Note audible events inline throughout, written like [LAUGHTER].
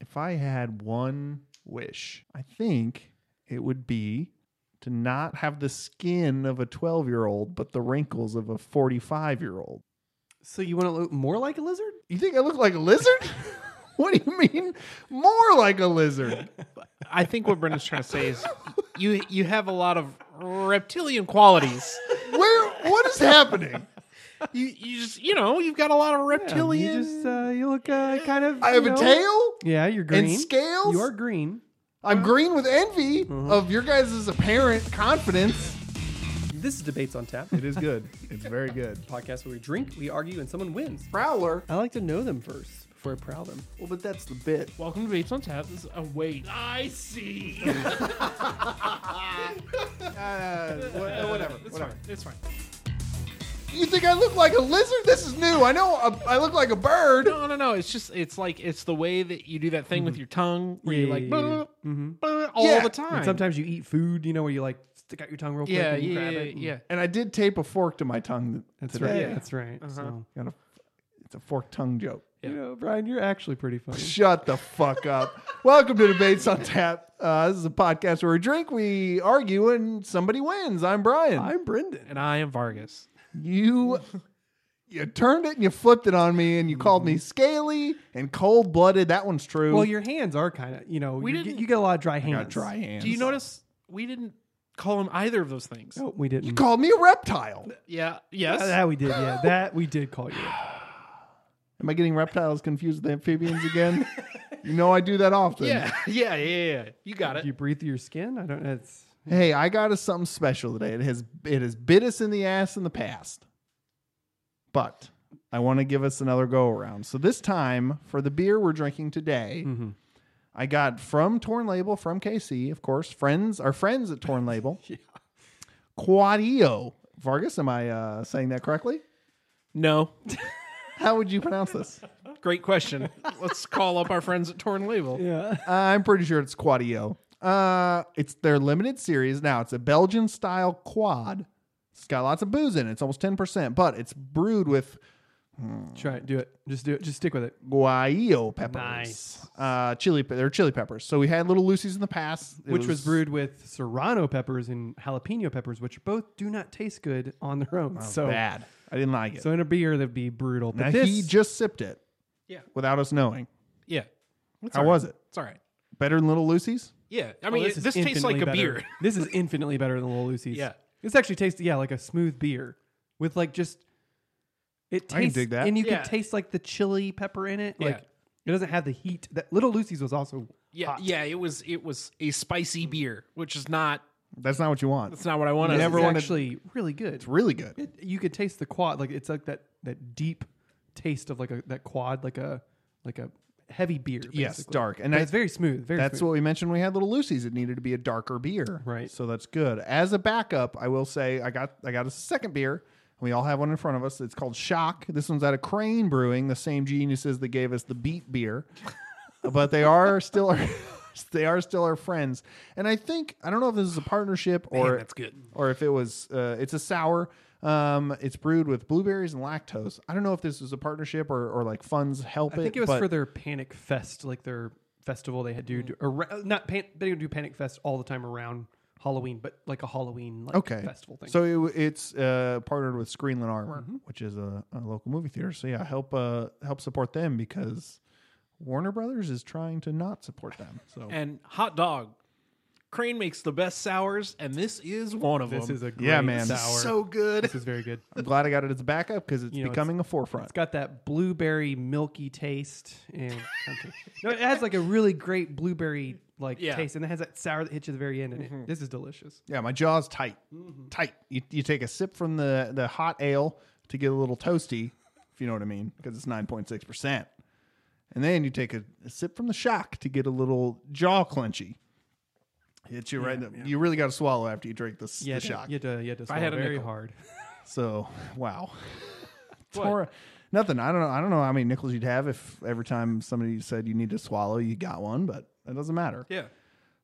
if I had one wish, I think it would be to not have the skin of a 12 year old, but the wrinkles of a 45 year old. So you want to look more like a lizard? You think I look like a lizard? [LAUGHS] what do you mean? More like a lizard. I think what Brendan's trying to say is you you have a lot of reptilian qualities. Where? What is happening? You you just you know you've got a lot of reptilian. You just uh, you look uh, kind of. I have you a know- tail Yeah, you're green. and scales. You are green. I'm green with envy of your guys' apparent confidence. This is debates on tap. It is good. It's very good. [LAUGHS] podcast where we drink, we argue, and someone wins. Prowler. I like to know them first before I prowl them. Well, but that's the bit. Welcome to Bates on Tap. This is, oh wait, I see. Uh, whatever. it's fine. It's fine. You think I look like a lizard? This is new. I know a, I look like a bird. No, no, no. It's just it's like it's the way that you do that thing with your tongue where Yeah, you like yeah, yeah. "Blah, blah," all Yeah. the And time. And sometimes you eat food, you know, where you like stick out your tongue real quick yeah, and you yeah, grab yeah, it. and- yeah. And I did tape a fork to my tongue. th- That's today. right. Uh-huh. That's right. So, Got a- it's a fork tongue joke. you know, Brian, you're actually pretty funny. Shut the fuck up. Welcome to Debates on Tap. Uh, this is a podcast where we drink, we argue, and somebody wins. [LAUGHS] I'm Brian. I'm Brendan. And I am Vargas. [LAUGHS] you you turned it and you flipped it on me, and you called me scaly and cold blooded. That one's true. Mm-hmm. Well, your hands are kind of, you know, We you, get, didn't- you get a lot of dry hands. got dry hands. Do you notice we didn't call him either of those things? No, Oh, we didn't. You called me a reptile. Yeah. Yes. Uh, that we [LAUGHS] did, yeah. That we did call you. a- Am I getting reptiles confused with amphibians again? you know I do that often. yeah. [LAUGHS] Yeah. Yeah. Yeah. You got it. You breathe through your skin. I don't know. It's Hey, I got us something special today. It has it has bit us in the ass in the past. But I want to give us another go around. So this time for the beer we're drinking today, I got from Torn Label from KC, of course. Friends, our friends at Torn Label. yeah. Quadio. Vargas, am I uh, saying that correctly? no. How would you pronounce this? Great question. Let's call up our friends at Torn Label. yeah. I'm pretty sure it's Quadio. Uh, it's their limited series now. It's a Belgian style quad. It's got lots of booze in it. It's almost 10%, but it's brewed with Try it. Do it. Just do it. Just stick with it. guaio peppers. Nice. Uh, chili, pe- they're chili peppers. So we had Little Lucy's in the past, It which was, brewed with serrano peppers and jalapeno peppers, which both do not taste good on their own. so bad. I didn't like it. So in a beer, that'd be brutal. But now this, Oh, he just sipped it Yeah. without us knowing. Yeah. It's How all right. was it? It's all right. Better than Little Lucy's? Yeah. I Oh, mean, this, is tastes like infinitely a better. [LAUGHS] beer. this is infinitely better than Little Lucy's. Yeah. this actually tastes yeah like a smooth beer with like just it tastes I can dig that. and you Yeah. can taste like the chili pepper in it. Like Yeah. it doesn't have the heat that Little Lucy's was also Yeah. hot. Yeah. It was. It was a spicy beer, which is not. That's not what you want. That's not what I wanted. This Never is wanted- actually really good. It's really good. It, you could taste the quad like it's like that that deep taste of like a that quad like a like a heavy beer. Yes, basically. dark. And But I- it's very smooth. Very That's smooth. what we mentioned. when We had Little Lucy's. It needed to be a darker beer, Right. So that's good. As a backup, I will say I got I got a second beer, and we all have one in front of us. It's called Shock. This one's out of Crane Brewing, the same geniuses that gave us the Beat [LAUGHS] beer, but they are still our [LAUGHS] they are still our friends. And I think I don't know if this is a partnership or that's good. or if it was uh, it's a sour. Um, it's brewed with blueberries and lactose. I don't know if this was a partnership or, or like funds help I think it was but Mm. for their Panic Fest, like their festival they had do, do around, not pan, they don't do Panic Fest all the time around Halloween, but like a Halloween like okay festival thing. Mm-hmm. So it, w- it's uh, partnered with Screenland Armor, which is a, a local movie theater. So yeah, help uh, help support them because Warner Brothers is trying to not support them. So And hot dog. Crane makes the best sours, and this is one of this them. is a great yeah, man, sour. so good. this is very good. I'm glad I got it as a backup because it's You know, becoming a forefront. It's got that blueberry milky taste, and no, it has like a really great blueberry like Yeah. taste, and it has that sour that hits you at the very end. And Mm-hmm. it, this is delicious. Yeah, my jaw's tight, Mm-hmm. tight. You, you take a sip from the the hot ale to get a little toasty, if you know what I mean, because it's nine point six percent. And then you take a, a sip from the shock to get a little jaw clenchy. Hits you right. in the, You really got to swallow after you drink this Yeah, the shock. you had to, you had to I had swallow a very [LAUGHS] nickel. hard. So [LAUGHS] wow. Tora- nothing. I don't know. I don't know how many nickels you'd have if every time somebody said you need to swallow, you got one, but it doesn't matter. yeah.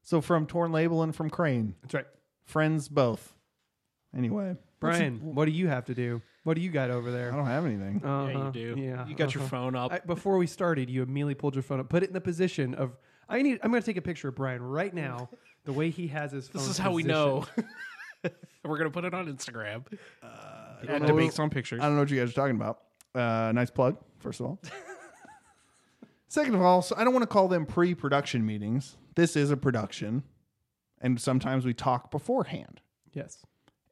So from Torn Label and from Crane, [LAUGHS] That's right, friends both. Anyway, Brian. What do you have to do? What do you got over there? I don't have anything. Uh-huh. Yeah, you do. Yeah, you got your uh-huh. phone [LAUGHS] up. I, before we started, you immediately pulled your phone up, put it in the position of I need. I'm going to take a picture of Brian right [LAUGHS] now. The way he has his. Phone this is how we positioned. know. [LAUGHS] We're gonna put it on Instagram. Uh, know. debates on pictures. I don't know what you guys are talking about. Uh, nice plug, first of all. Second of all, so I don't want to call them pre-production meetings. This is a production, and sometimes we talk beforehand. Yes.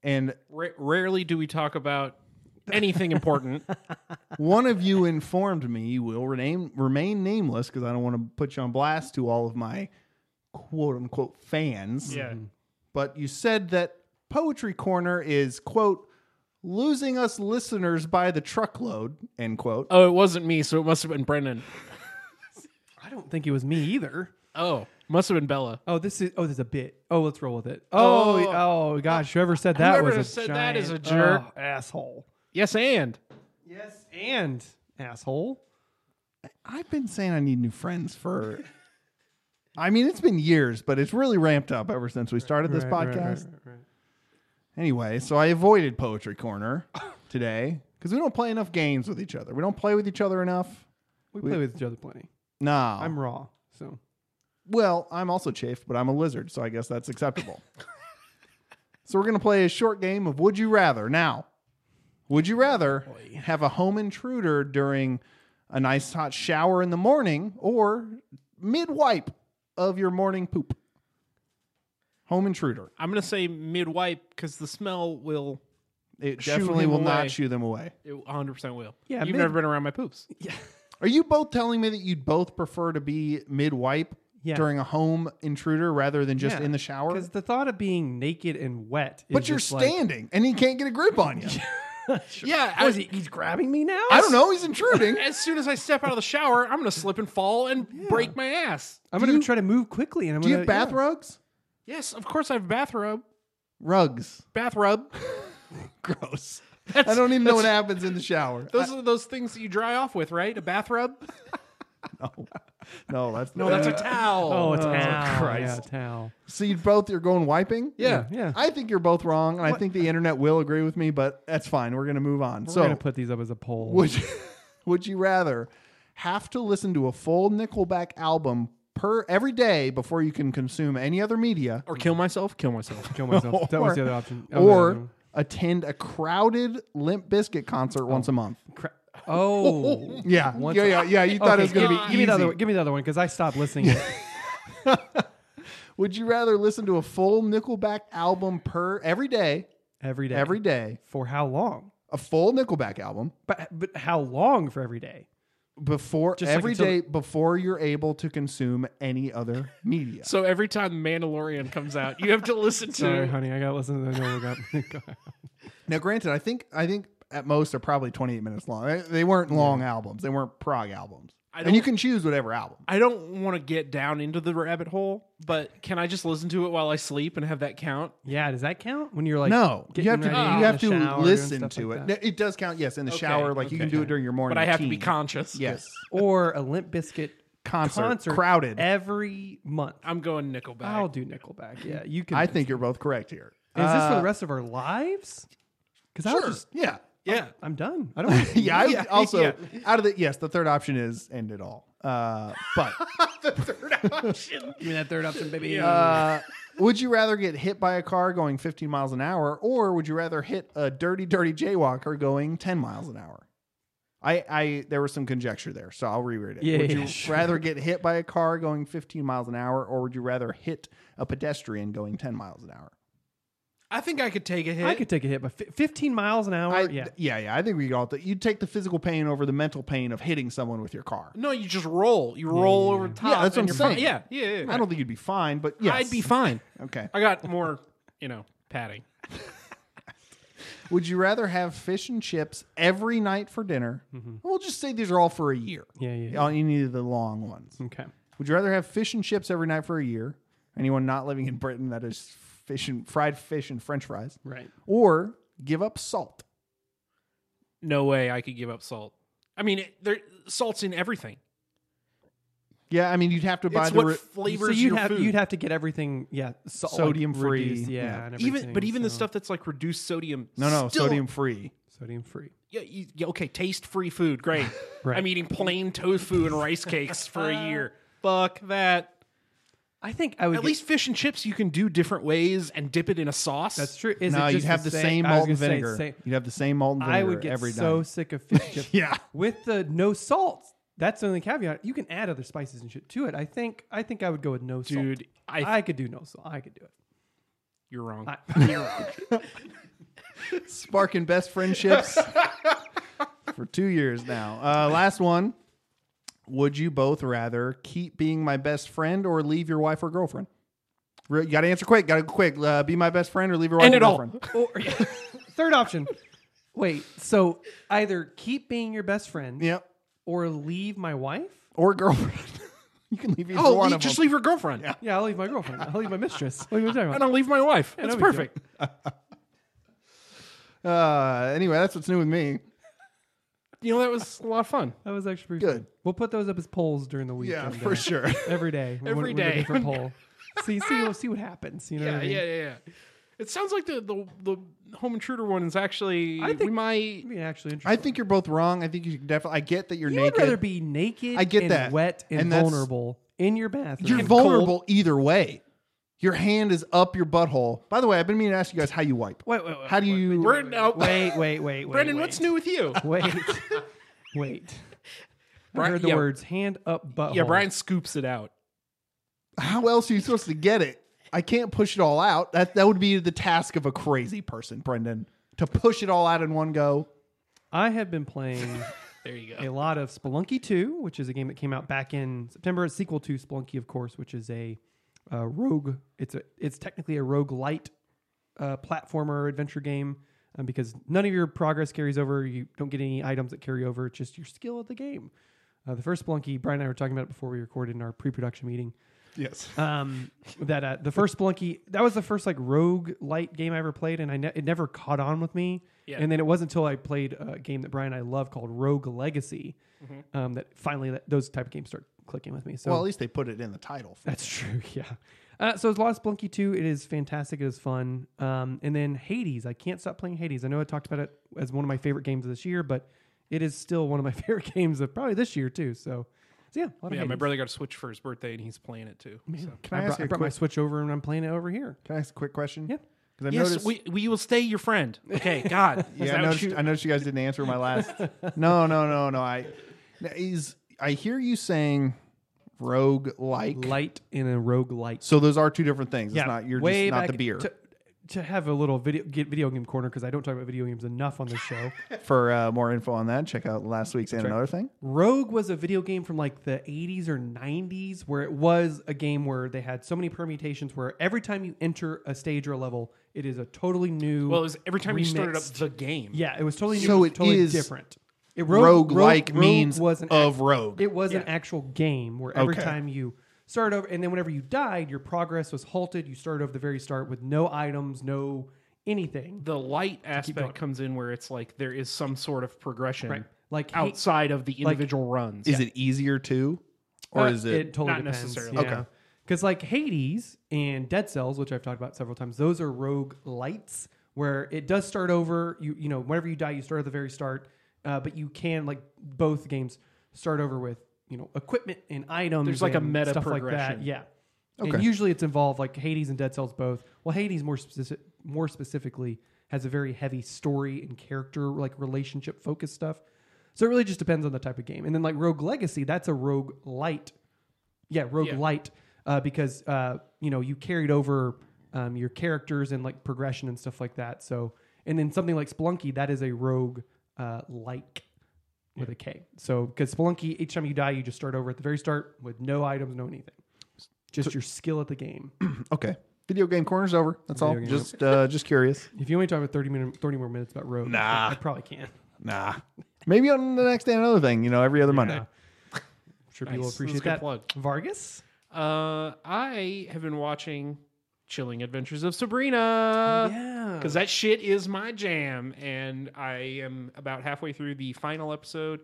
And Ra- rarely do we talk about [LAUGHS] anything important. one of you informed me you will rename, remain nameless because I don't want to put you on blast to all of my quote unquote fans. yeah, But you said that Poetry Corner is, quote, losing us listeners by the truckload, end quote. Oh, it wasn't me, so it must have been Brendan. I don't think it was me either. Oh, must have been Bella. Oh, this is. Oh, this is a bit. Oh, let's roll with it. Oh, y- oh, gosh, whoever said that was Whoever a said that giant- is a jerk. oh, asshole. Yes, and Yes, and asshole. I've been saying I need new friends for. I mean, it's been years, but it's really ramped up ever since we started this Right, right, podcast. right, right, right. Anyway, so I avoided Poetry Corner [COUGHS] today because we don't play enough games with each other. We don't play with each other enough. We, play with each other plenty. No. I'm raw, so Well, I'm also chafed, but I'm a lizard, so I guess that's acceptable. [LAUGHS] so we're going to play a short game of Would You Rather. Now, would you rather have a home intruder during a nice hot shower in the morning or mid wipe of your morning poop? Home intruder. I'm gonna say midwipe because the smell will. It Shoo definitely him will away. not shoo them away. It 100 percent will. Yeah, you've mid- never been around my poops. yeah. Are you both telling me that you'd both prefer to be mid wipe Yeah. during a home intruder rather than just Yeah, in the shower? Because the thought of being naked and wet, is But you're just like, standing and he can't get a grip on you. Yeah, Oh, is he, he's grabbing me now. I don't know. He's [LAUGHS] intruding. as soon as I step out of the shower, I'm gonna slip and fall and break my ass. I'm gonna try to move quickly, and I'm Do you gonna have bath yeah. rugs? Yes, of course I have bathrobe. Rugs. Bathrobe. Gross. I don't even know what happens in the shower. Those are those things that you dry off with, right? A bathrobe. no. No, that's No, that's a towel. Oh, a towel. Christ. Yeah, towel. So you both are going wiping? Yeah. Yeah. I think you're both wrong, and I think the internet will agree with me, but that's fine. We're gonna move on. We're so gonna put these up as a poll. [LAUGHS] would you, would you rather have to listen to a full Nickelback album per every day before you can consume any other media? Or kill myself. Kill [LAUGHS] myself. Kill myself. that was the other option. Oh, [LAUGHS] no, no. Or attend a crowded Limp Bizkit concert once a month. Cra- oh. Yeah, Once yeah, a- yeah, yeah. You thought it was give, gonna me, be give me the other easy. one. Give me the other one because I stopped listening. Would you rather listen to a full Nickelback album per every day, every day. every day, for how long? a full Nickelback album But but how long for every day? before Just like every until- day before you're able to consume any other media? So every time Mandalorian comes out, you have to listen to. Sorry, honey, I gotta listen to the [LAUGHS] [LAUGHS] Nickelback. now, granted, I think I think at most they're probably 28 minutes long. They- They weren't long albums. They weren't prog albums. And you don't- can choose whatever album. I don't want to get down into the rabbit hole, but can I just listen to it while I sleep and have that count? yeah, does that count when you're like No, you getting have to ready in you the have shower, to doing listen stuff to like it. that? No, It does count. Yes, in the shower, like you can okay. do it during your morning. But I have to be routine. conscious. Yes, Or a Limp Biscuit Concert. concert Crowded. every month. I'm going Nickelback. I'll Oh, do Nickelback. Yeah, you can. I think you're both correct here. Is this for Uh, the rest of our lives? Because Sure. I was just, yeah. yeah. I'm done. [LAUGHS] I don't. yeah, I would also yeah. out of the yes, the third option is end it all. Uh, but Give me that third option, baby. uh, would you rather get hit by a car going 15 miles an hour, or would you rather hit a dirty, dirty jaywalker going 10 miles an hour? I, I there was some conjecture there, so I'll reread it. Yeah, would yeah, you sure. rather get hit by a car going 15 miles an hour, or would you rather hit a pedestrian going 10 miles an hour? I think I could take a hit. I could take a hit, but fi- 15 miles an hour. I, yeah. yeah, yeah. I think we all that you take the physical pain over the mental pain of hitting someone with your car. No, you just roll. You roll over the top. Yeah, that's what and I'm you're fine. saying. Yeah, yeah, yeah. I don't think you'd be fine, but yes, I'd be fine. [LAUGHS] okay. I got more, you know, padding. Would you rather have fish and chips every night for dinner? We'll just say these are all for a year. Mm-hmm. Yeah, yeah, Mm. yeah. On any of the long ones. Okay. Would you rather have fish and chips every night for a year? Anyone not living in Britain that is fish and fried fish and French fries, Right. or give up salt? No way I could give up salt. I mean, it, there salt's in everything. Yeah, I mean you'd have to buy It's the what re- flavors so you'd your have food. you'd have to get everything. Yeah. so- like, Sodium-free, reduced, yeah. yeah. and even, but everything, even the so- stuff that's like reduced sodium. no no still- sodium free. Sodium free. Yeah, you, yeah, okay, taste free [LAUGHS] food. Great. Right. I'm eating plain tofu and rice cakes for [LAUGHS] a year. Fuck that. I think I would At least fish and chips you can do different ways and dip it in a sauce. that's true. Is no, it you'd just have the same, I was malt and gonna say vinegar. same- you'd have the same malt and vinegar I would get every so night. sick of fish chips. Yeah. with the no salt. That's the only caveat. You can add other spices and shit to it. I think. I think I would go with no salt. Dude, I, I, could do no salt. I could do it. you're wrong. I- [LAUGHS] you're wrong. Sparking best friendships for two years now. Uh, last one. Would you both rather keep being my best friend or leave your wife or girlfriend? Re- You got to answer quick. Got to go quick. Uh, be my best friend or leave your wife End or it all. girlfriend. [LAUGHS] Or, [LAUGHS] third option. Wait. So either keep being your best friend Yep. or leave my wife. Or girlfriend. [LAUGHS] you can leave either Oh, one le- of just them. leave your girlfriend. Yeah. Yeah, I'll leave my girlfriend. I'll leave my mistress. What are you talking about? [LAUGHS] And I'll leave my wife. no That's big deal. perfect. Uh, anyway, that's what's new with me. You know, that was a lot of fun. That was actually pretty Good. fun. We'll put those up as polls during the week. Yeah, and, for uh, sure. Every day. Every day. Every day. different poll. see, see, we'll see what happens. You know what Yeah, I mean? yeah, yeah, yeah. It sounds like the, the, the home intruder one is actually. I think- we might. I mean, actually, interesting. I think you're both wrong. I think you should definitely. I get that you're you naked. would rather be naked I get and that. wet and, And that's- vulnerable in your bathroom. You're And vulnerable cold. either way. Your hand is up your butthole. By the way, I've been meaning to ask you guys how you wipe. Wait, wait, wait. How do you? We're, no, Wait, wait, wait, wait. Brendan, wait. what's new with [LAUGHS] you? Wait. wait. I Bri- heard the yeah. words hand up butthole. Yeah, Brian scoops it out. How else are you supposed to get it? I can't push it all out. That that would be the task of a crazy person, Brendan, to push it all out in one go. I have been playing There you a go. lot of Spelunky 2, which is a game that came out back in September. It's sequel to Spelunky, of course, which is a uh, rogue. It's a it's technically a rogue light uh, platformer adventure game um, because none of your progress carries over. You don't get any items that carry over. It's just your skill at the game. Uh, the first Spelunky, Brian and I were talking about it before we recorded in our pre-production meeting. Yes. Um, that uh, the first Spelunky, that was the first like rogue light game I ever played, and I ne- it never caught on with me. Yeah. And then it wasn't until I played a game that Brian and I love called Rogue Legacy Mm-hmm. um, that finally that, those type of games start clicking with me. So Well, at least they put it in the title. that's [LAUGHS] true. Yeah. Uh, so it's a lot of Splunky 2. It is fantastic. It is fun. Um, and then Hades. I can't stop playing Hades. I know I talked about it as one of my favorite games of this year, but it is still one of my [LAUGHS] favorite games of probably this year too. So, so yeah, a lot of Yeah, Hades. my brother got a Switch for his birthday, and he's playing it too. So. Can I I ask brought, you I a brought my quick? Switch over and I'm playing it over here. Can I ask a quick question? Yeah. Because I've Yes, noticed. we, we will stay your friend. Okay, [LAUGHS] God. Is yeah, that I what noticed, you- I noticed you guys didn't answer my last. [LAUGHS] no, no, no, no. I is I hear you saying rogue like. Light in a rogue light. So those are two different things. it's not you're way just not back the beer To, to have a little video get video game corner because I don't talk about video games enough on [LAUGHS] this show. For uh, more info on that, check out last week's and another thing. Rogue was a video game from like the 80s or 90s where it was a game where they had so many permutations where every time you enter a stage or a level, it is a totally new. well, it was every time you started up remixed- the game. Yeah, it was totally new. So So it it totally is different. It Rogue like Rogue means was an of rogue. It was an Yeah. actual game where every Okay. time you started over, and then whenever you died, your progress was halted. You started over the very start with no items, no anything. The light aspect comes in where it's like there is some sort of progression Right. Like hey- outside of the individual runs. is it easier too, or Uh, is it? totally Not depends. necessarily. Okay. Because like Hades and Dead Cells, which I've talked about several times, those are rogue lights where it does start over. You you know whenever you die, you start at the very start, uh, but you can like both games start over with you know equipment and items. There's like a and meta stuff Like progression. that. Yeah. And Okay. usually it's involved like Hades and Dead Cells both. Well, Hades more specific, more specifically has a very heavy story and character like relationship focused stuff. So it really just depends on the type of game. And then like Rogue Legacy, that's a rogue light yeah, rogue Yeah. light, uh, because uh, you know you carried over um, your characters and like progression and stuff like that. So, and then something like Spelunky, that is a rogue uh, like with a K. So, because Spelunky, each time you die, you just start over at the very start with no items, no anything, just your skill at the game. [CLEARS THROAT] okay, video game corner's over. That's all. game Just uh, just [LAUGHS] curious. if you only talk about thirty minute, thirty more minutes about rogue, Nah. I probably can. Nah, maybe on the next day another thing. You know, every other Monday. I'm sure people Nice. appreciate That's a good that. plug. Vargas, Uh, I have been watching Chilling Adventures of Sabrina. yeah, Because that shit is my jam. And I am about halfway through the final episode.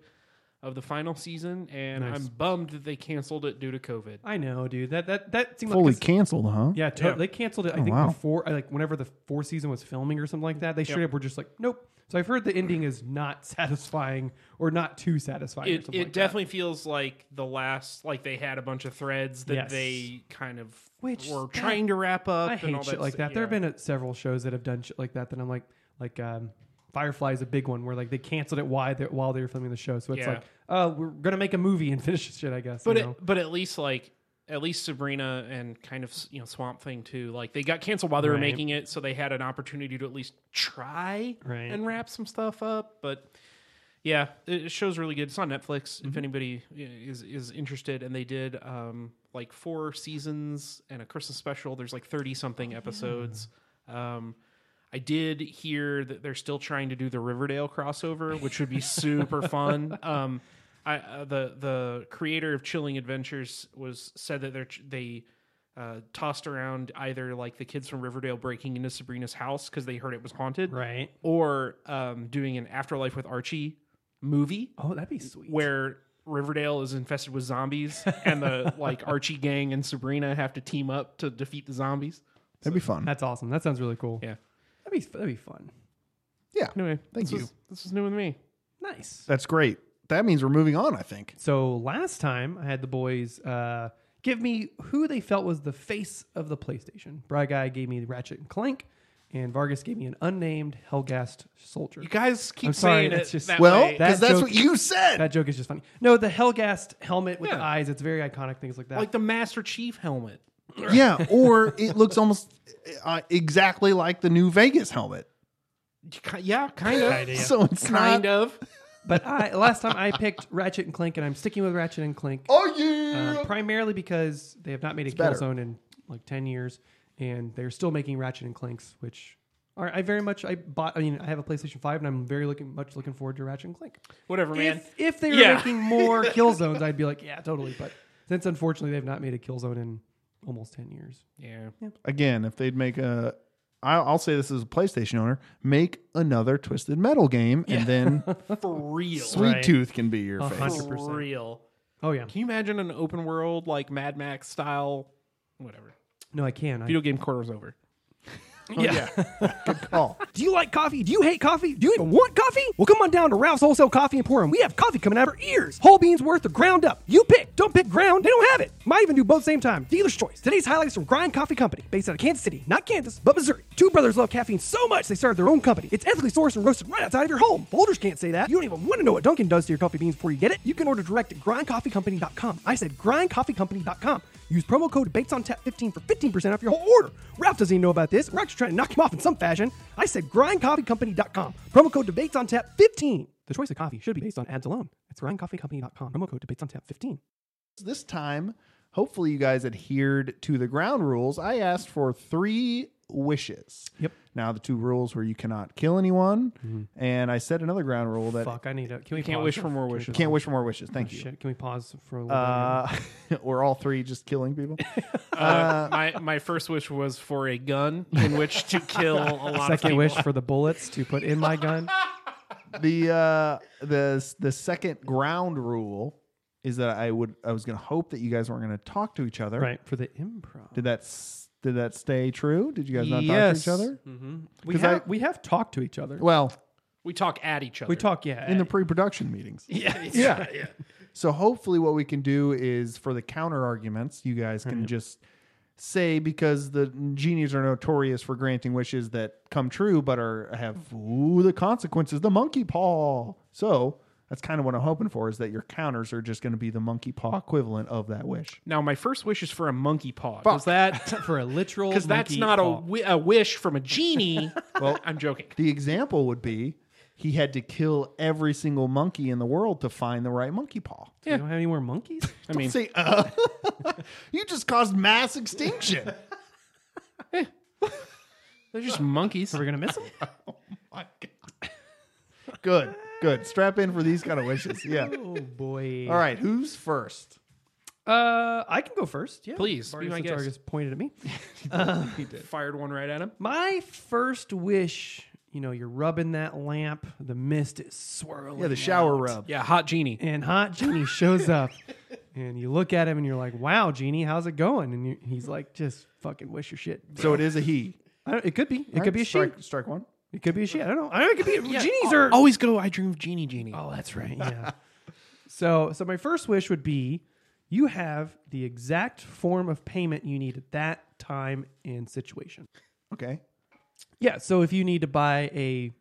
of the final season, and Nice. I'm bummed that they canceled it due to COVID. I know, dude. That that that seemed Fully like canceled, huh? Yeah, to- Yeah. Oh, they canceled it. I think wow. before, uh, like whenever the fourth season was filming or something like that, they straight up were just like, nope. So I've heard the ending is not [LAUGHS] satisfying or not too satisfying. or It, something it like that. definitely feels like the last, like they had a bunch of threads that Yes. they kind of Which were that- trying to wrap up. I and all hate shit that like stuff. that. There have Yeah. been uh several shows that have done shit like that. That I'm like, like um, Firefly is a big one where like they canceled it while they while they were filming the show. So it's Yeah. like, oh, we're gonna make a movie and [LAUGHS] finish this shit, I guess. but you know? it, but at least like at least Sabrina and kind of you know Swamp Thing too. Like they got canceled while they were Right. making it, so they had an opportunity to at least try Right. and wrap some stuff up. But yeah, it it show's really good. It's on Netflix if anybody i- is is interested. And they did um, like four seasons and a Christmas special. There's like thirty something episodes. Um, I did hear that they're still trying to do the Riverdale crossover, which would be super fun. Um, I, uh, the the creator of Chilling Adventures was said that they're ch- they uh, tossed around either like the kids from Riverdale breaking into Sabrina's house because they heard it was haunted, right. or um, doing an Afterlife with Archie movie Oh, that'd be sweet. where Riverdale is infested with zombies and [LAUGHS] the like Archie gang and Sabrina have to team up to defeat the zombies. That'd be fun. That's awesome. That sounds really cool. Yeah. That'd be that'd be fun. Yeah. Anyway, Thank this you. Was, this was new with me. Nice. That's great. That means we're moving on, I think. So last time I had the boys uh, give me who they felt was the face of the PlayStation. Bry Guy gave me Ratchet and Clank, and Vargas gave me an unnamed Hellgast soldier. You guys keep I'm sorry, saying that's it just- that well, way. that because that's joke- what you said. That joke is just funny. No, the Hellgast helmet with the Yeah. eyes. It's very iconic. Things like that. like the Master Chief helmet. yeah, or it looks almost uh, exactly like the new Vegas helmet. Yeah, kind of. kind So it's not. of. but I last time I picked Ratchet and Clank, and I'm sticking with Ratchet and Clank. Oh yeah. Uh, primarily because they have not made a kill better. zone in like 10 years and they're still making ratchet and clanks which are i very much i bought i mean i have a playstation 5 and i'm very looking much looking forward to ratchet and clank Whatever, man. if, if they were Yeah. making more kill zones i'd be like yeah totally but since unfortunately they've not made a kill zone in almost 10 years Yeah. Again, if they'd make a, I'll, I'll say this as a PlayStation owner, make another Twisted Metal game, and then [LAUGHS] For real. Sweet Right. Tooth can be your A face. hundred- For 100%. real. oh yeah Can you imagine an open world like Mad Max style? Whatever. no i can I, Video game quarter's [LAUGHS] over. yeah. Oh, Do you like coffee? Do you hate coffee? Do you even want coffee? Well, come on down to Ralph's Wholesale Coffee Emporium. We have coffee coming out of our ears. Whole beans worth or ground up. You pick. Don't pick ground. They don't have it. Might even do both same time. Dealer's choice. Today's highlights from Grind Coffee Company, based out of Kansas City, not Kansas, but Missouri. Two brothers love caffeine so much they started their own company. It's ethically sourced and roasted right outside of your home. Boulders can't say that. You don't even want to know what Dunkin' does to your coffee beans before you get it. You can order direct at grindcoffeecompany.com. I said grindcoffeecompany.com. Use promo code BatesOnTap15 for 15% off your whole order. Ralph doesn't even know about this. We're actually trying to knock him off in some fashion. I said grindcoffeecompany.com. Promo code DebatesOnTap15. The choice of coffee should be based on ads alone. It's grindcoffeecompany.com. Promo code DebatesOnTap15. this time, hopefully you guys adhered to the ground rules. I asked for three wishes. Yep. Now the two rules were you cannot kill anyone, and I set another ground rule that I need it. Can we Can't wish for more wishes. you can't wish for more wishes. Thank you. Can we pause for a little Uh, [LAUGHS] or all three just killing people. Uh, my my first wish was for a gun in which to kill a lot of people. for the bullets to put in my gun. the uh, the the second ground rule is that I would I was going to hope that you guys weren't going to talk to each other. For the improv. Did that s- did that stay true? Did you guys not Yes. talk to each other? We 'Cause I- have, we have talked to each other. Well, We talk at each other. We talk, yeah. in the pre-production meetings. [LAUGHS] Yeah. Yeah. yeah. So hopefully, what we can do is for the counter arguments, you guys Mm-hmm. can just say because the genies are notorious for granting wishes that come true, but are have ooh, the consequences, the monkey paw. So that's kind of what I'm hoping for is that your counters are just going to be the monkey paw equivalent of that wish. Now my first wish is for a monkey paw. Does that [LAUGHS] [LAUGHS] for a [LAUGHS] literal. because that's monkey not a, paw. wi- a wish from [LAUGHS] a genie. well, I'm joking. The example would be he had to kill every single monkey in the world to find the right monkey paw. We don't have any more monkeys. I mean, Say, uh, [LAUGHS] you just caused mass extinction. they're just monkeys. Are we gonna miss them? Good, good. Strap in for these kind of wishes. Yeah. oh boy! All right, who's first? Uh, I can go first. Yeah, Please, be Vargas, my since guest. [LAUGHS] Vargas pointed at me. Fired one right at him. My first wish you know, you're rubbing that lamp, the mist is swirling. Yeah, the shower out. rub. Yeah, hot genie. And Hot Genie shows up, and you look at him and you're like, "Wow, Genie, how's it going?" And you, he's like, "Just fucking wish your shit." So it is a he. I don't, it could be. It All could right, be a she. strike, Strike one. It could be a she. I don't know. I don't know. It could [LAUGHS] be. genies are. oh, always go. I dream of genie, genie. Oh, that's right. Yeah. so, so my first wish would be you have the exact form of payment you need at that time and situation. Okay. Yeah. So if you need to buy a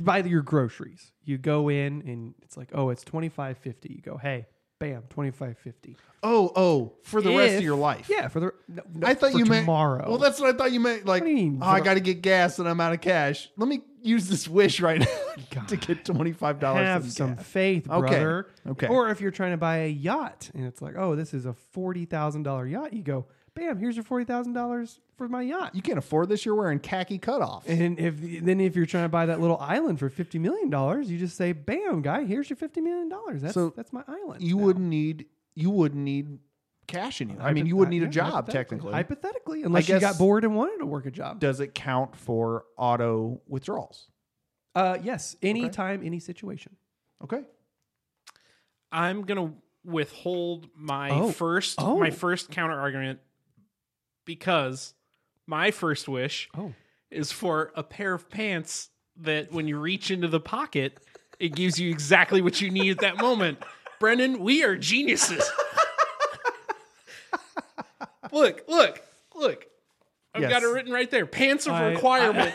buy your groceries, you go in and it's like, oh, it's twenty five fifty. You go, hey, bam, twenty five fifty Oh, oh, for the rest of your life. Yeah. For the no, no, I thought for you meant tomorrow. Well, that's what I thought you meant. Like, do you mean, oh, for I the- got to get gas and I'm out of cash. Let me use this wish right now [LAUGHS] to get twenty five dollars. have some faith, Okay. brother. Okay. Or if you're trying to buy a yacht and it's like, oh, this is a forty thousand dollar yacht, you go, bam, here's your forty thousand dollars for my yacht. You can't afford this. You're wearing khaki cutoff. And if then if you're trying to buy that little island for fifty million dollars, you just say, bam, guy, here's your fifty million dollars. That's So that's my island. You now. wouldn't need. You wouldn't need cash in you. I mean, Hypoth- you wouldn't need yeah, a job hypothetically. technically. Hypothetically, unless you guess- got bored and wanted to work a job. Does it count for auto withdrawals? Uh, yes, any Okay. time, any situation. Okay. I'm gonna withhold my Oh. first Oh. my first counter argument because my first wish Oh, is for a pair of pants that when you reach into the pocket, it gives you exactly what you need at that moment. Brendan, we are geniuses. look, look, look. I've Yes. got it written right there. Pants of I- requirement.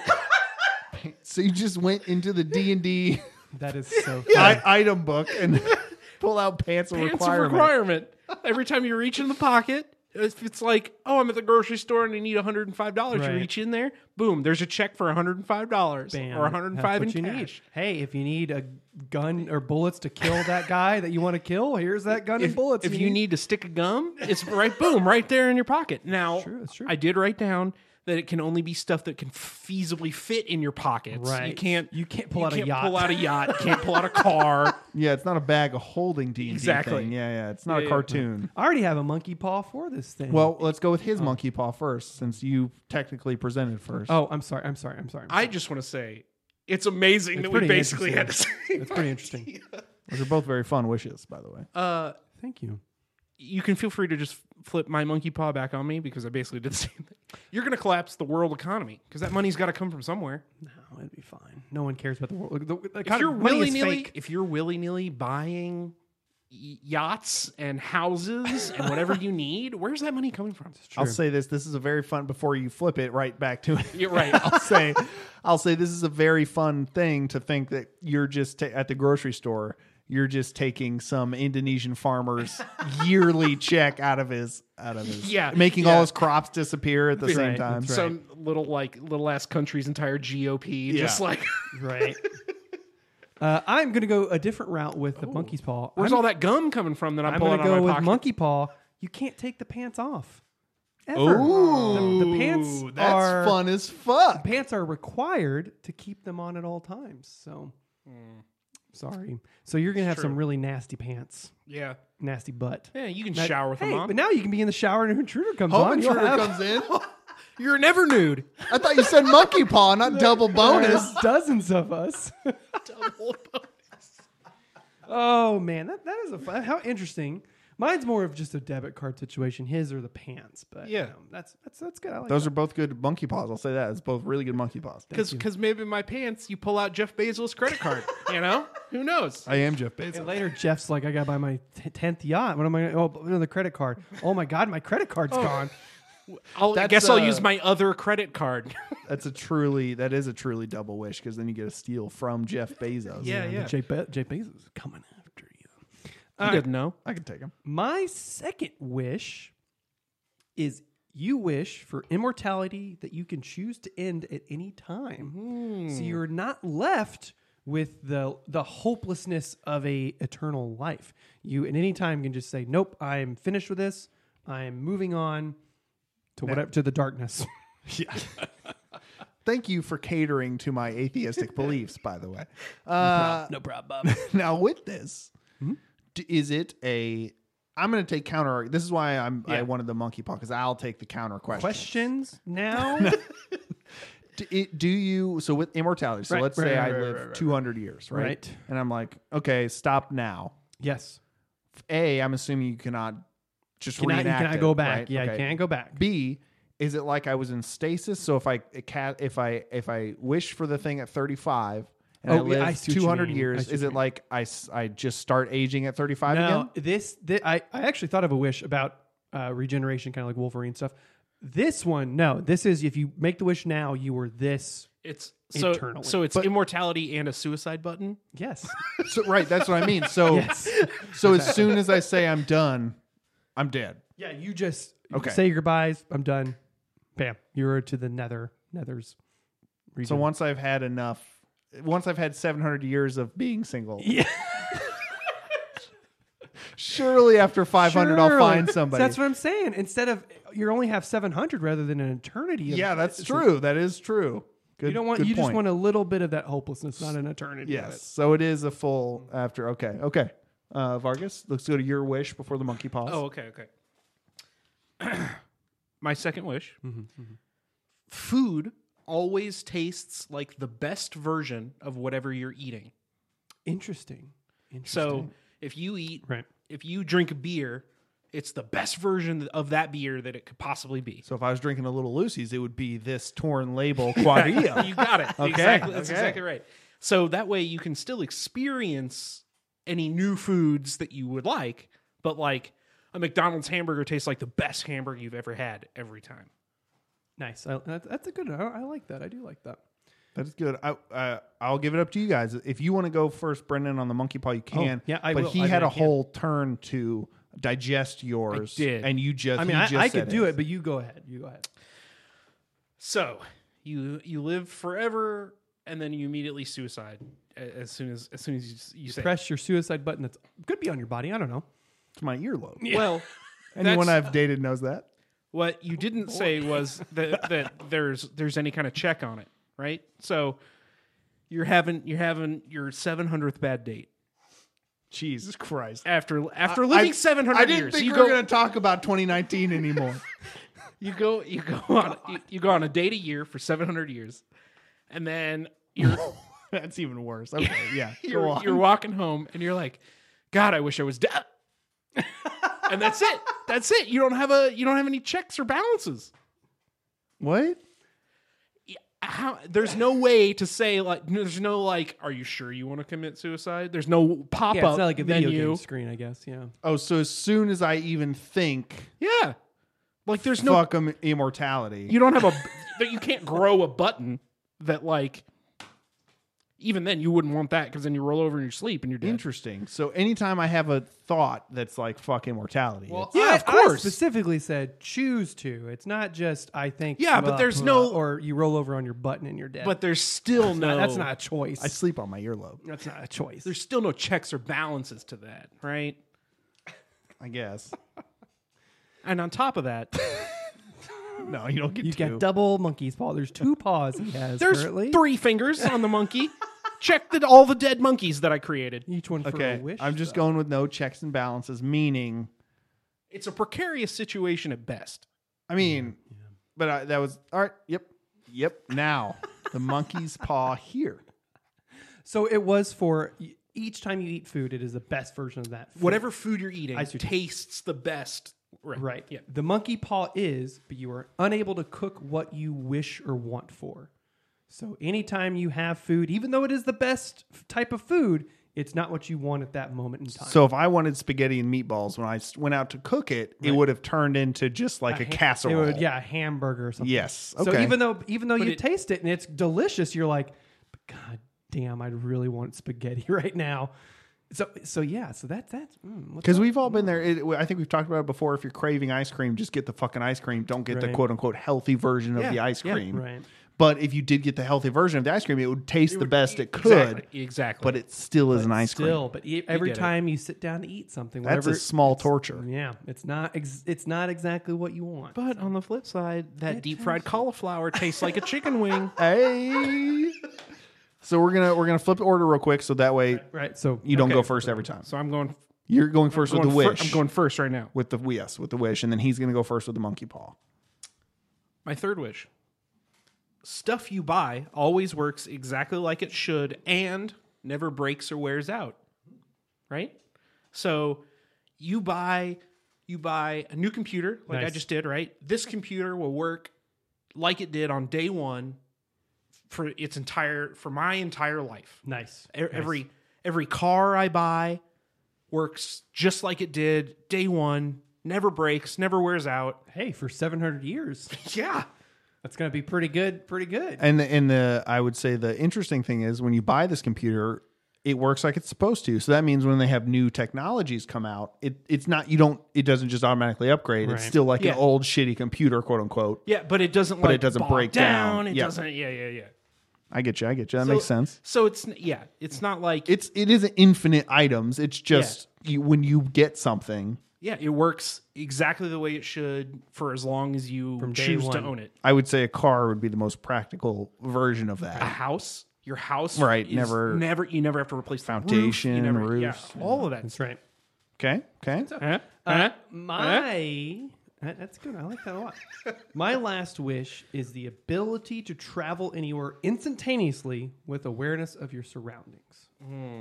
So you just went into the D and [LAUGHS] D that [LAUGHS] is so. item book and [LAUGHS] pull out pants of pants requirement. of requirement. Every time you reach in the pocket, if it's like, oh, I'm at the grocery store and I need $105, Right. you reach in there, boom, there's a check for $105 Bam. or 105 in That's what you cash. need. Hey, if you need a gun or bullets to kill that guy that you want to kill, here's that gun and if, bullets. if you need to stick a gum, it's right, boom, right there in your pocket. Now, true, it's true. I did write down that it can only be stuff that can feasibly fit in your pockets. You Right. can't. You can't pull out a can't yacht. Pull out a yacht. You can't pull out a car. Yeah, it's not a bag of holding D and D Exactly. thing. Yeah, yeah, it's not Yeah, a yeah. cartoon. [LAUGHS] I already have a monkey paw for this thing. Well, let's go with his monkey paw first, since you technically presented first. oh, I'm sorry, I'm sorry, I'm sorry. I just want to say, it's amazing that we pretty basically had the interesting. same. it's [LAUGHS] pretty interesting. Those are both very fun wishes, by the way. Uh, Thank you. [LAUGHS] you can feel free to just flip my monkey paw back on me because I basically did the [LAUGHS] same thing. You're going to collapse the world economy because that money's got to come from somewhere. No, it'd be fine. No one cares about the world. Look, The, the if kind you're of money willy is nilly, fake. if you're willy nilly buying y- yachts and houses and whatever [LAUGHS] you need, where's that money coming from? I'll say this: this is a very fun. Before you flip it right back to it, You're [LAUGHS] right. [LAUGHS] I'll say, I'll say this is a very fun thing to think that you're just ta- at the grocery store. You're just taking some Indonesian [LAUGHS] farmer's yearly check out of his out of his Yeah, making yeah. all his crops disappear at the same Right, time. that's Some little like little ass country's entire GOP, just Yeah. like [LAUGHS] right. Uh, I'm gonna go a different route with the monkey's paw. where's I'm, all that gum coming from that I'm, I'm pulling gonna go out of my with pocket? monkey paw. You can't take the pants off. Ever. Ooh. the, the pants Ooh, That's are fun as fuck. pants are required to keep them on at all times. So, Hmm. sorry. So you're gonna have some true. really nasty pants, yeah, nasty butt. yeah, you can That- shower with hey, them on. But now you can be in the shower and an intruder comes Home on. you'll intruder have- comes in. You're never nude. I thought you said monkey paw, [LAUGHS] not double bonus. [LAUGHS] There's dozens of us. [LAUGHS] Double bonus. oh man, that, that is a fun, how interesting. Mine's more of just a debit card situation. His are the pants, but you Yeah. know, that's that's that's good. I like Those that. are both good monkey paws. I'll say that. It's both really good monkey paws. Because maybe my pants, you pull out Jeff Bezos' credit card. [LAUGHS] you know? Who knows? I am Jeff Bezos. And later, Jeff's like, I got to buy my t- tenth yacht. What am I? gonna- Oh, another credit card. Oh my god, my credit card's gone. I'll, I That's, guess I'll uh, use my other [LAUGHS] credit card. That's a truly that is a truly double wish because then you get a steal from Jeff Bezos. Yeah, yeah. Jeff Be- Jeff Bezos is coming after you. I didn't know. I can take him. My second wish is you wish for immortality that you can choose to end at any time. So you're not left with the the hopelessness of a eternal life. You at any time can just say, "Nope, I am finished with this. I am moving on to whatever to the darkness." [LAUGHS] Thank you for catering to my [LAUGHS] atheistic beliefs, by the way. Uh, no problem. [LAUGHS] Bob. now with this, Mm-hmm. d- is it a? I'm going to take counter. This is why I'm I [LAUGHS] Yeah. wanted the monkey paw because I'll take the counter question. Questions now? d- it- do you so with immortality? So Right, let's right, say right, I right, live right, right, 200 years, right? Right. And I'm like, okay, stop now. Yes. A, I'm assuming you cannot just Can I, reenact. can I it, go back? right? Yeah, Okay. I can go back. B, is it like I was in stasis? So if I ca- if I if I wish for the thing at 35 and I Oh, yeah, live I see what you 200 mean. I years, see what is you it mean. like I, s- I just start aging at 35 again? Now, this, thi- I, I actually thought of a wish about uh, regeneration, kind of like Wolverine stuff. This one, no. This is if you make the wish now, you were this. It's so Eternally. so it's immortality and a suicide button. Yes. So, right, that's what I mean. So [LAUGHS] yes. so as soon as I say I'm done, I'm dead. yeah, you just Okay. say your goodbyes. I'm done. Bam. You're to the nether, nethers. So once I've had enough, once I've had 700 years of being single, Yeah. surely after 500 I'll Surely. find somebody. That's what I'm saying. Instead of you only have 700 rather than an eternity. Of, yeah, that's true. That is true. Good. You don't want. good You just point. want a little bit of that hopelessness, not an eternity. of Yes. So it is a full after. Okay. Okay. Uh, Vargas, let's go to your wish before the monkey paws. Oh, okay, okay. [CLEARS THROAT] My second wish: Mm-hmm, food always tastes like the best version of whatever you're eating. it. Interesting. Interesting. So if you eat, right. if you drink beer, it's the best version of that beer that it could possibly be. So if I was drinking a little Lucy's, it would be this torn [LAUGHS] label quadrilla. [LAUGHS] You got it. Exactly. That's okay. exactly right. So that way you can still experience any new foods that you would like, but like a McDonald's hamburger tastes like the best hamburger you've ever had every time. Nice. I, that, that's a good. I, I like that. I do like that. That's good. I, uh, I'll give it up to you guys. If you want to go first, Brendan, on the monkey paw, you can. Oh, yeah, I but will. he I mean, had I a can. whole turn to digest yours. did. And you just. I mean, he I, just I said could do it, but you go ahead. You go ahead. So you you live forever, and then you immediately suicide a- as soon as as soon as you, s- you say. it. Press your suicide button. That's could be on your body. I don't know. It's my earlobe. Well, Anyone that's- I've dated knows that. what you didn't Oh, say was [LAUGHS] that that there's there's any kind of check on it, right? So you're having you're having your 700th bad date Jesus Christ. after after living I- 700 I didn't years. think you we were go going to talk about 2019 [LAUGHS] anymore. you go you go [LAUGHS] on you, you go on a date a year for 700 years, and then [LAUGHS] you're That's even worse. Okay, yeah. go you're, on. you're walking home and you're like, God, I wish I [LAUGHS] was dead. and that's it. That's it. You don't have a you don't have any checks or balances. What? How, there's no way to say like there's no like are you sure you want to commit suicide? There's no pop Yeah, up it's not like a video menu. game screen. I guess. Yeah. Oh, so as soon as I even think, Yeah. Like there's fuck no 'em fuck them, immortality. you don't have a [LAUGHS] that you can't grow a button that like even then you wouldn't want that because then you roll over in your sleep and you're dead. Interesting. So anytime I have a thought that's like fuck immortality, it's- Yeah, I- of course. I specifically said choose to. It's not just I think. Yeah, but blah, there's blah, no- or you roll over on your button and you're dead. But there's still no that's not a choice. I sleep on my earlobe. [LAUGHS] that's not a choice. there's still no checks or balances to that, right? I guess. And on top [LAUGHS] of that, No, you don't get You to. got double monkey's paw. There's two paws he has [LAUGHS] there's currently. three fingers on [LAUGHS] the monkey. Check that all the dead monkeys that I created. Each one for okay, a wish. I'm just going with no checks and balances. Meaning, It's a precarious situation at best. I mean, but I, that was all right. Yep, yep. Now the [LAUGHS] monkey's paw here. So it was for e- each time you eat food, it is the best version of that. food. Whatever food you're eating see. tastes the best. Right. Right. Yeah. The monkey paw is, but you are unable to cook what you wish or want for. So anytime you have food, even though it is the best f- type of food, it's not what you want at that moment in time. So if I wanted spaghetti and meatballs when I s- went out to cook it, it would have turned into just like a, Ha- casserole. it would- yeah, a hamburger or something. Yes. So Okay. even though even though you it- taste it and it's delicious, you're like, "But God damn, I really want spaghetti [LAUGHS] right now. So so yeah, so that that's mm, what's Because up? we've all been there. It, I think we've talked about it before. If you're craving ice cream, just get the fucking ice cream. Don't get the Right. quote unquote healthy version of the ice yeah, cream. right. But if you did get the healthy version of the ice cream, it would taste the best it could. Exactly. exactly. But it still is an ice cream. still, but e- every get it. time you sit down to eat something, That's whatever, a small torture. yeah, it's not ex- it's not exactly what you want. But on the flip side, that deep fried cauliflower tastes like a chicken wing. Uh, Hey. so we're gonna we're gonna flip the order real quick, so that way right, so you don't Okay. go first every time. So I'm going. You're going 1st going with the fir- wish. I'm going first right now. with the yes with the wish, and then he's gonna go first with the monkey paw. My third wish stuff you buy always works exactly like it should and never breaks or wears out. Right? So you buy you buy a new computer like I Nice. just did, right? This computer will work like it did on day 1 for its entire for my entire life. Nice. E- Every every car I buy works just like it did day 1, never breaks, never wears out. Hey, for 700 years, Yeah. that's going to be pretty good. Pretty good. And the, and the I would say the interesting thing is when you buy this computer, it works like it's supposed to. So that means when they have new technologies come out, it it's not you don't it doesn't just automatically upgrade. It's Right. still like Yeah. an old shitty computer, quote unquote. Yeah, but it doesn't but it like doesn't bog break down. It Yeah. doesn't yeah, yeah, yeah. I get you. I get you. That So- makes sense. So it's n- yeah, it's not like It's it isn't infinite items. It's just you, when you get something. yeah, it works exactly the way it should for as long as you day choose to one. own it. I would say a car would be the most practical version of A that. house, your house, Right, is never- never, you never have to replace the roof, you Foundation, never- roofs. yeah, all of that. that's right. Okay. Okay. Huh? Uh, Huh? my that- that's good. I like that a lot. my last wish is the ability to travel anywhere instantaneously with awareness of your surroundings.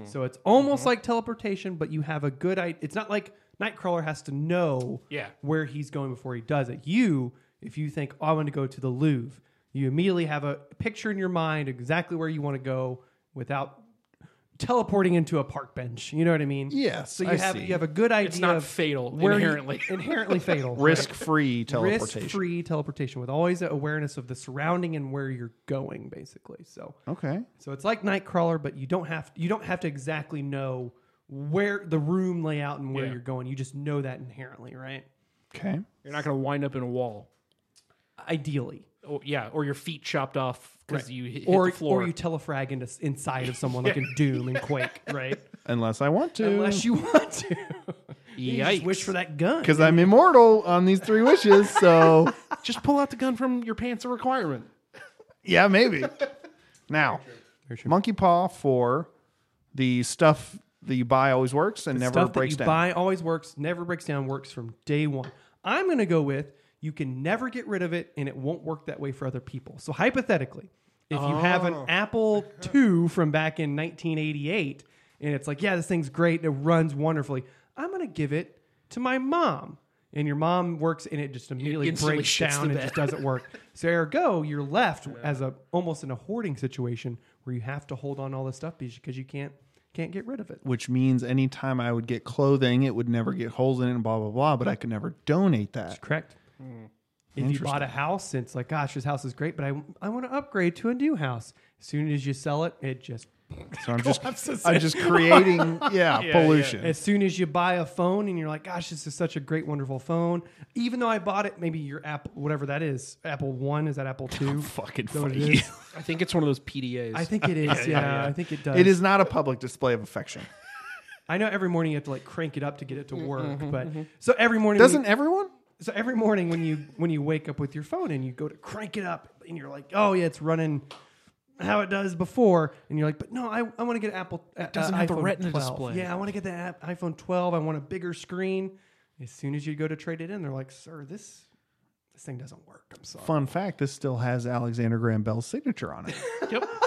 So it's almost like teleportation, but you have a good idea. It's not like Nightcrawler has to know Yeah. where he's going before he does it. You, if you think, oh, I want to go to the Louvre, you immediately have a picture in your mind exactly where you want to go without teleporting into a park bench. You know what I mean? Yeah, So you I have see. you have a good idea. It's not of fatal where you- inherently. [LAUGHS] inherently [LAUGHS] fatal. Risk free teleportation. Risk-free teleportation with always an awareness of the surrounding and where you're going, basically. So, Okay. so it's like Nightcrawler, but you don't have you don't have to exactly know where the room layout and where Yeah. you're going. You just know that inherently, right? Okay. You're not going to wind up in a wall. Ideally, Oh, yeah, or your feet chopped off because you hit, hit or the floor. or you telefrag into s- inside of someone [LAUGHS] like in Doom and Quake, right? Unless I want to. Unless you want [LAUGHS] to. You just Yikes. wish for that gun. because I'm immortal on these three wishes. [LAUGHS] So Just pull out the gun from your pants. A requirement. yeah, maybe. Now, monkey paw for the stuff that you buy always works and never stuff breaks that down. you buy always works, never breaks down, works from day one. I'm going to go with you can never get rid of it and it won't work that way for other people. So hypothetically, if you have an Apple II from back in 1988 and it's like, yeah, this thing's great, it runs wonderfully, I'm going to give it to my mom. And your mom works and it just immediately instantly breaks shits the down and bed. just doesn't work. So ergo, you're left as a almost in a hoarding situation where you have to hold on to all this stuff because you can't can't get rid of it. Which means anytime I would get clothing, it would never get holes in it and blah, blah, blah, but I could never donate that. Correct. If you bought a house, it's like, gosh, this house is great, but I, I want to upgrade to a new house. As soon as you sell it, it just. So I'm [LAUGHS] just, I'm just creating, [LAUGHS] yeah, pollution. As soon as you buy a phone and you're like, gosh, this is such a great, wonderful phone. Even though I bought it, maybe your Apple, whatever that is, Apple One, is that [LAUGHS] Apple Two? Fucking that what fight it you. is? I think it's one of those PDAs. I [LAUGHS] think it is. yeah, I think it does. It is not a public display of affection. I know every morning you have to like crank it up to get it to work, but so every morning when [LAUGHS] you- Doesn't everyone? So every morning when you when you wake up with your phone and you go to crank it up and you're like, oh yeah, it's running how it does before, and you're like, but no, I, I want to get Apple. Uh, doesn't uh, have the iPhone Retina 12. display. Yeah, I want to get the app, iPhone 12. I want a bigger screen. As soon as you go to trade it in, they're like, sir, this this thing doesn't work. I'm sorry. Fun fact this still has Alexander Graham Bell's signature on it. Yep. [LAUGHS]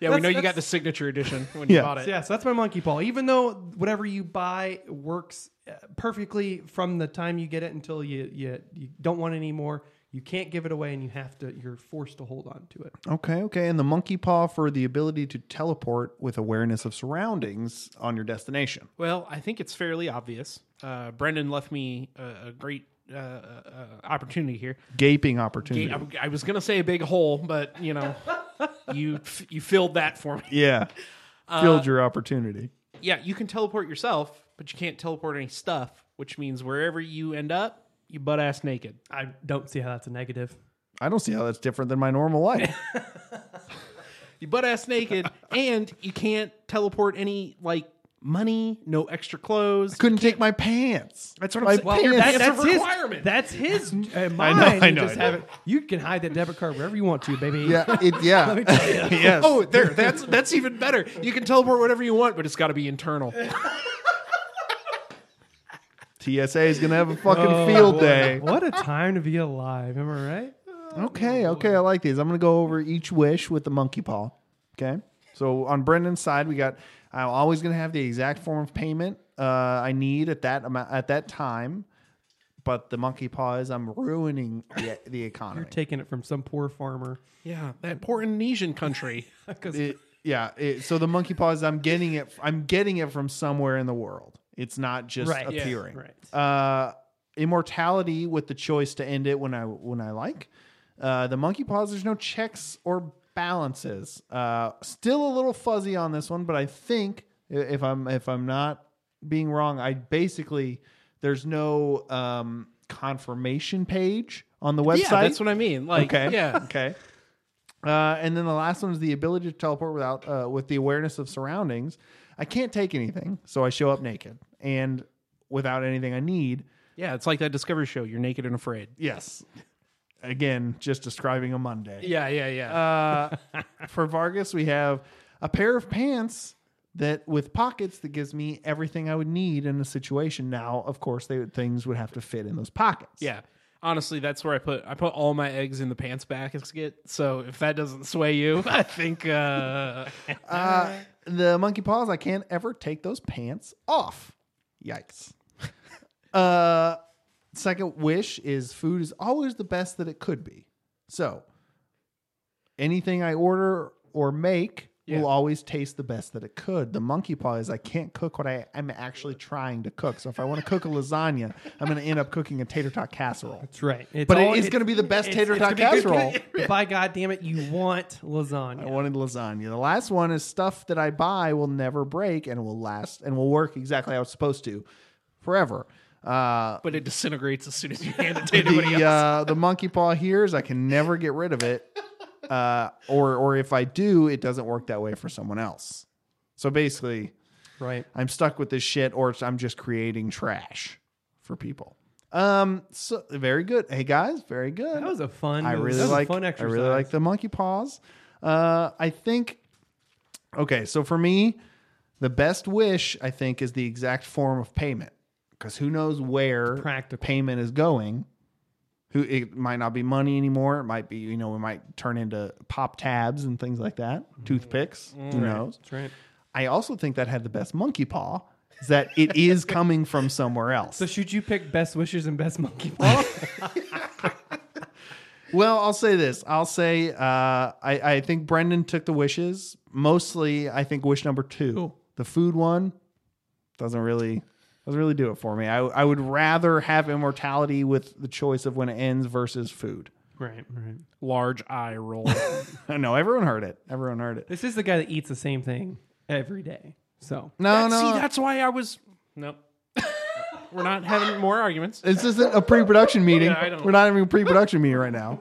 Yeah, we know you got the signature edition when Yeah. you bought it. Yeah, so that's my monkey paw. Even though whatever you buy works uh, perfectly from the time you get it until you you, you don't want it anymore, you can't give it away, and you have to. You're forced to hold on to it. Okay, okay. And the monkey paw for the ability to teleport with awareness of surroundings on your destination. Well, I think it's fairly obvious. Uh, Brendan left me a, a great uh, uh, opportunity here. Gaping opportunity. I, I was going to say a big hole, but you know, [LAUGHS] you f- you filled that for me. yeah. [LAUGHS] Uh, Filled your opportunity. Yeah, you can teleport yourself, but you can't teleport any stuff, which means wherever you end up, you butt ass naked. I don't see how that's a [LAUGHS] negative. I don't see how that's different than my normal [LAUGHS] life. You butt ass naked, [LAUGHS] and you can't teleport any like money, no extra clothes. Couldn't take my pants. That's what I'm my saying. Well, pants. that- that's a his. requirement. That's his. Uh, mine, know, [LAUGHS] I you know, just I know. have it. You can hide that debit card wherever you want to, baby. [LAUGHS] yeah, it, yeah. [LAUGHS] [LAUGHS] yes. Oh, [LAUGHS] there. That's that's even better. You can teleport whatever you want, but it's got to be internal. TSA is going to have a fucking field day. Oh, What a time to be alive. Am I right? Okay, okay, I like these. I'm gonna go over each wish with the monkey paw. Okay. So on Brendan's side, we got I'm always gonna have the exact form of payment uh, I need at that amount at that time. But the monkey paw is I'm ruining the, the economy. You're taking it from some poor farmer. Yeah, that poor Indonesian country. [LAUGHS] 'Cause- It- yeah. it- so the monkey paw is I'm getting it. I'm getting it from somewhere in the world. It's not just Right, yeah, appearing. right. Uh, immortality with the choice to end it when I when I like. Uh, the monkey paws. There's no checks or balances. Uh, still a little fuzzy on this one, but I think i- if I'm if I'm not being wrong, I basically there's no um, confirmation page on the website. yeah, that's what I mean. Like, Okay. [LAUGHS] yeah, Okay. Uh, and then the last one is the ability to teleport without uh, with the awareness of surroundings. I can't take anything, so I show up naked and without anything I need. yeah. It's like that Discovery show. You're naked and afraid. Yes. Again, just describing a Monday. Yeah, yeah, yeah. Uh, for Vargas, we have a pair of pants that with pockets that gives me everything I would need in a situation. Now, of course, they would, things would have to fit in those pockets. yeah. Honestly, that's where I put I put all my eggs in the pants basket. So if that doesn't sway you, [LAUGHS] I think uh, Uh, the monkey paws, I can't ever take those pants off. [LAUGHS] Yikes. uh, second wish is food is always the best that it could be. So anything I order or make Yeah. will always taste the best that it could. The monkey paw is I can't cook what I am actually trying to cook. So if I want to cook a lasagna, I'm going to end up cooking a tater tot casserole. That's right. It's But all- it is going to be the best it's- tater it's tot gonna be good. [LAUGHS] casserole. But by God damn it, you want lasagna. I wanted lasagna. The last one is stuff that I buy will never break and will last and will work exactly how it's supposed to forever. Uh, [LAUGHS] but it disintegrates as soon as you hand it [LAUGHS] to anybody the else. uh, the monkey paw here is I can never get rid of [LAUGHS] it, uh, or or if I do, it doesn't work that way for someone else. So basically, Right. I'm stuck with this shit, or it's, I'm just creating trash for people. Um, so very good. Hey guys, very good. That was a fun. I really that was a like. fun exercise. I really like the monkey paws. Uh, I think. Okay, so for me, the best wish I think is the exact form of payment because who knows where Practical. payment is going. Who it might not be money anymore. It might be you know it might turn into pop tabs and things like that. Toothpicks. Who knows? That's Mm. right. I also think that had the best monkey paw. Is that it is coming from somewhere else. So should you pick best wishes and [LAUGHS] best monkey paw? Well, I'll say this. I'll say uh, I, I think Brendan took the wishes. Mostly, I think wish number two, the food one, doesn't really doesn't really do it for me. I, I would rather have immortality with the choice of when it ends versus food. [LAUGHS] right. Right. Large eye roll. I know everyone heard it. Everyone heard it. This is the guy that eats the same thing every day. So No, That- Oh, no. See, that's why I was. Nope. [LAUGHS] We're not having more arguments. This isn't a [LAUGHS] pre-production meeting. Yeah, I don't- We're not having a pre-production meeting right now.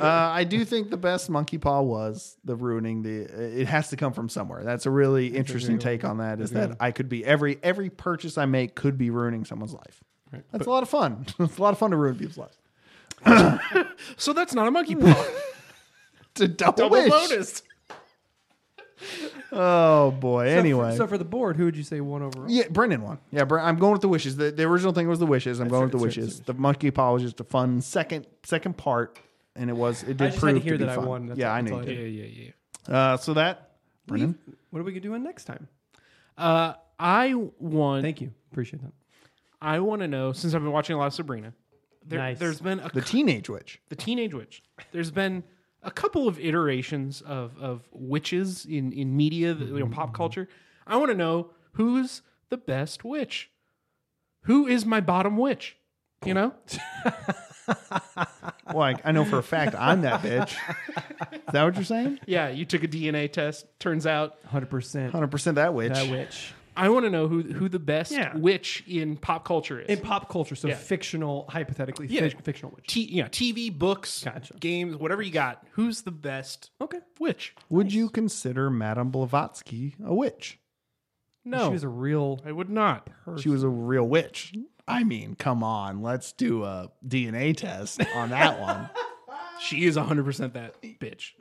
Uh, I do think the best monkey paw was the ruining the. uh, It has to come from somewhere. That's a really interesting take on that. Is that I could be every every purchase I make could be ruining someone's life. That's a lot of fun. [LAUGHS] It's a lot of fun to ruin people's lives. So that's not a monkey paw. It's a double, Double wish. bonus. Oh boy. anyway, so for the board, who would you say won overall? yeah, Brendan won. Yeah, Bren, I'm going with the wishes. The, the original thing was the wishes. I'm going with the right, that's right, wishes. The monkey paw was just a fun second second part, and it was it did just had to prove hear be that I fun. won. That's yeah, all- I that's knew. all you I did. Yeah, yeah, Uh, so that We've- What are we doing next time? yeah. Uh, I want. Thank you. Appreciate that. I want to know since I've been watching a lot of Sabrina. There, Nice. There's been a, the teenage witch. the teenage witch. There's been a couple of iterations of of witches in in media, you know, pop culture. I want to know who's the best witch. Who is my bottom witch? You know, Well, I, I know for a fact I'm that bitch. Is that what you're saying? yeah. You took a DNA test. Turns out 100% 100% that witch. that witch. I want to know who who the best Yeah. witch in pop culture is. In pop culture, so fictional, hypothetically, Yeah. fic- fictional witch. T, yeah, TV, books, Gotcha. games, whatever you got. Who's the best Okay. Oh, witch? Would you consider Madame Blavatsky a witch? No, She was a real. I would not. She was a real witch. I mean, come on, let's do a DNA test on [LAUGHS] that one. She is 100% that [LAUGHS] bitch.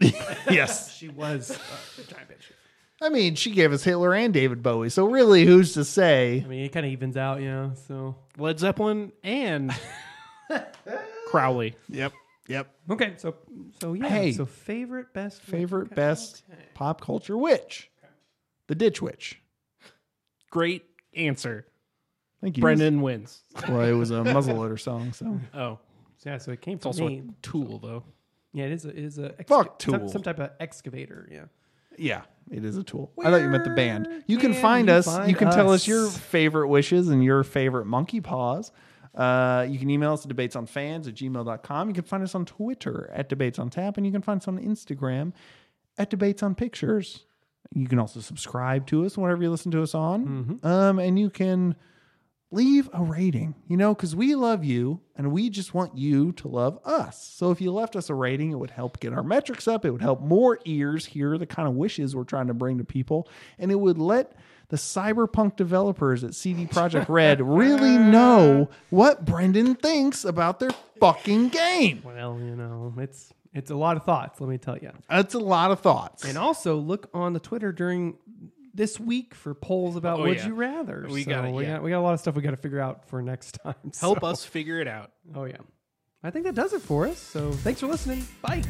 yes. She [LAUGHS] was uh, a giant bitch. I mean, she gave us Hitler and David Bowie. So really, who's to say I mean, it kind of evens out, you know. So [LAUGHS] Led Zeppelin and Crowley. Yep. Yep. Okay, so so yeah. Hey. So favorite best Favorite best pop culture witch? The Ditch Witch. Great answer. Thank you. Brendan wins. Well, it was a muzzleloader song, so Oh, Yeah, so it came it's from also me. a tool though. Yeah, it is. A, it is a exca- Fuck some- Tool. Some, type of excavator. Yeah. yeah, it is a tool. I thought you meant the Where band. You can can find you us. find you can tell us us? your favorite wishes and your favorite monkey paws. Uh, you can email us at debatesonfans at gmail.com. You can find us on Twitter at debates on tap, and you can find us on Instagram at debates on pictures. You can also subscribe to us whenever you listen to us on. Mm-hmm. Um, and you can leave a rating, you know, because we love you and we just want you to love us. So if you left us a rating, it would help get our metrics up. It would help more ears hear the kind of wishes we're trying to bring to people. And it would let the cyberpunk developers at CD Projekt Red really know what Brendan thinks about their fucking game. Well, you know, it's it's a lot of thoughts. Let me tell you. That's a lot of thoughts. And also look on the Twitter during this week for polls about Oh, would yeah. you rather. We So gotta- we yeah. got we got a lot of stuff we got to figure out for next time. so- Help us figure it out. Oh yeah. I think that does it for us. So thanks for listening. Bye.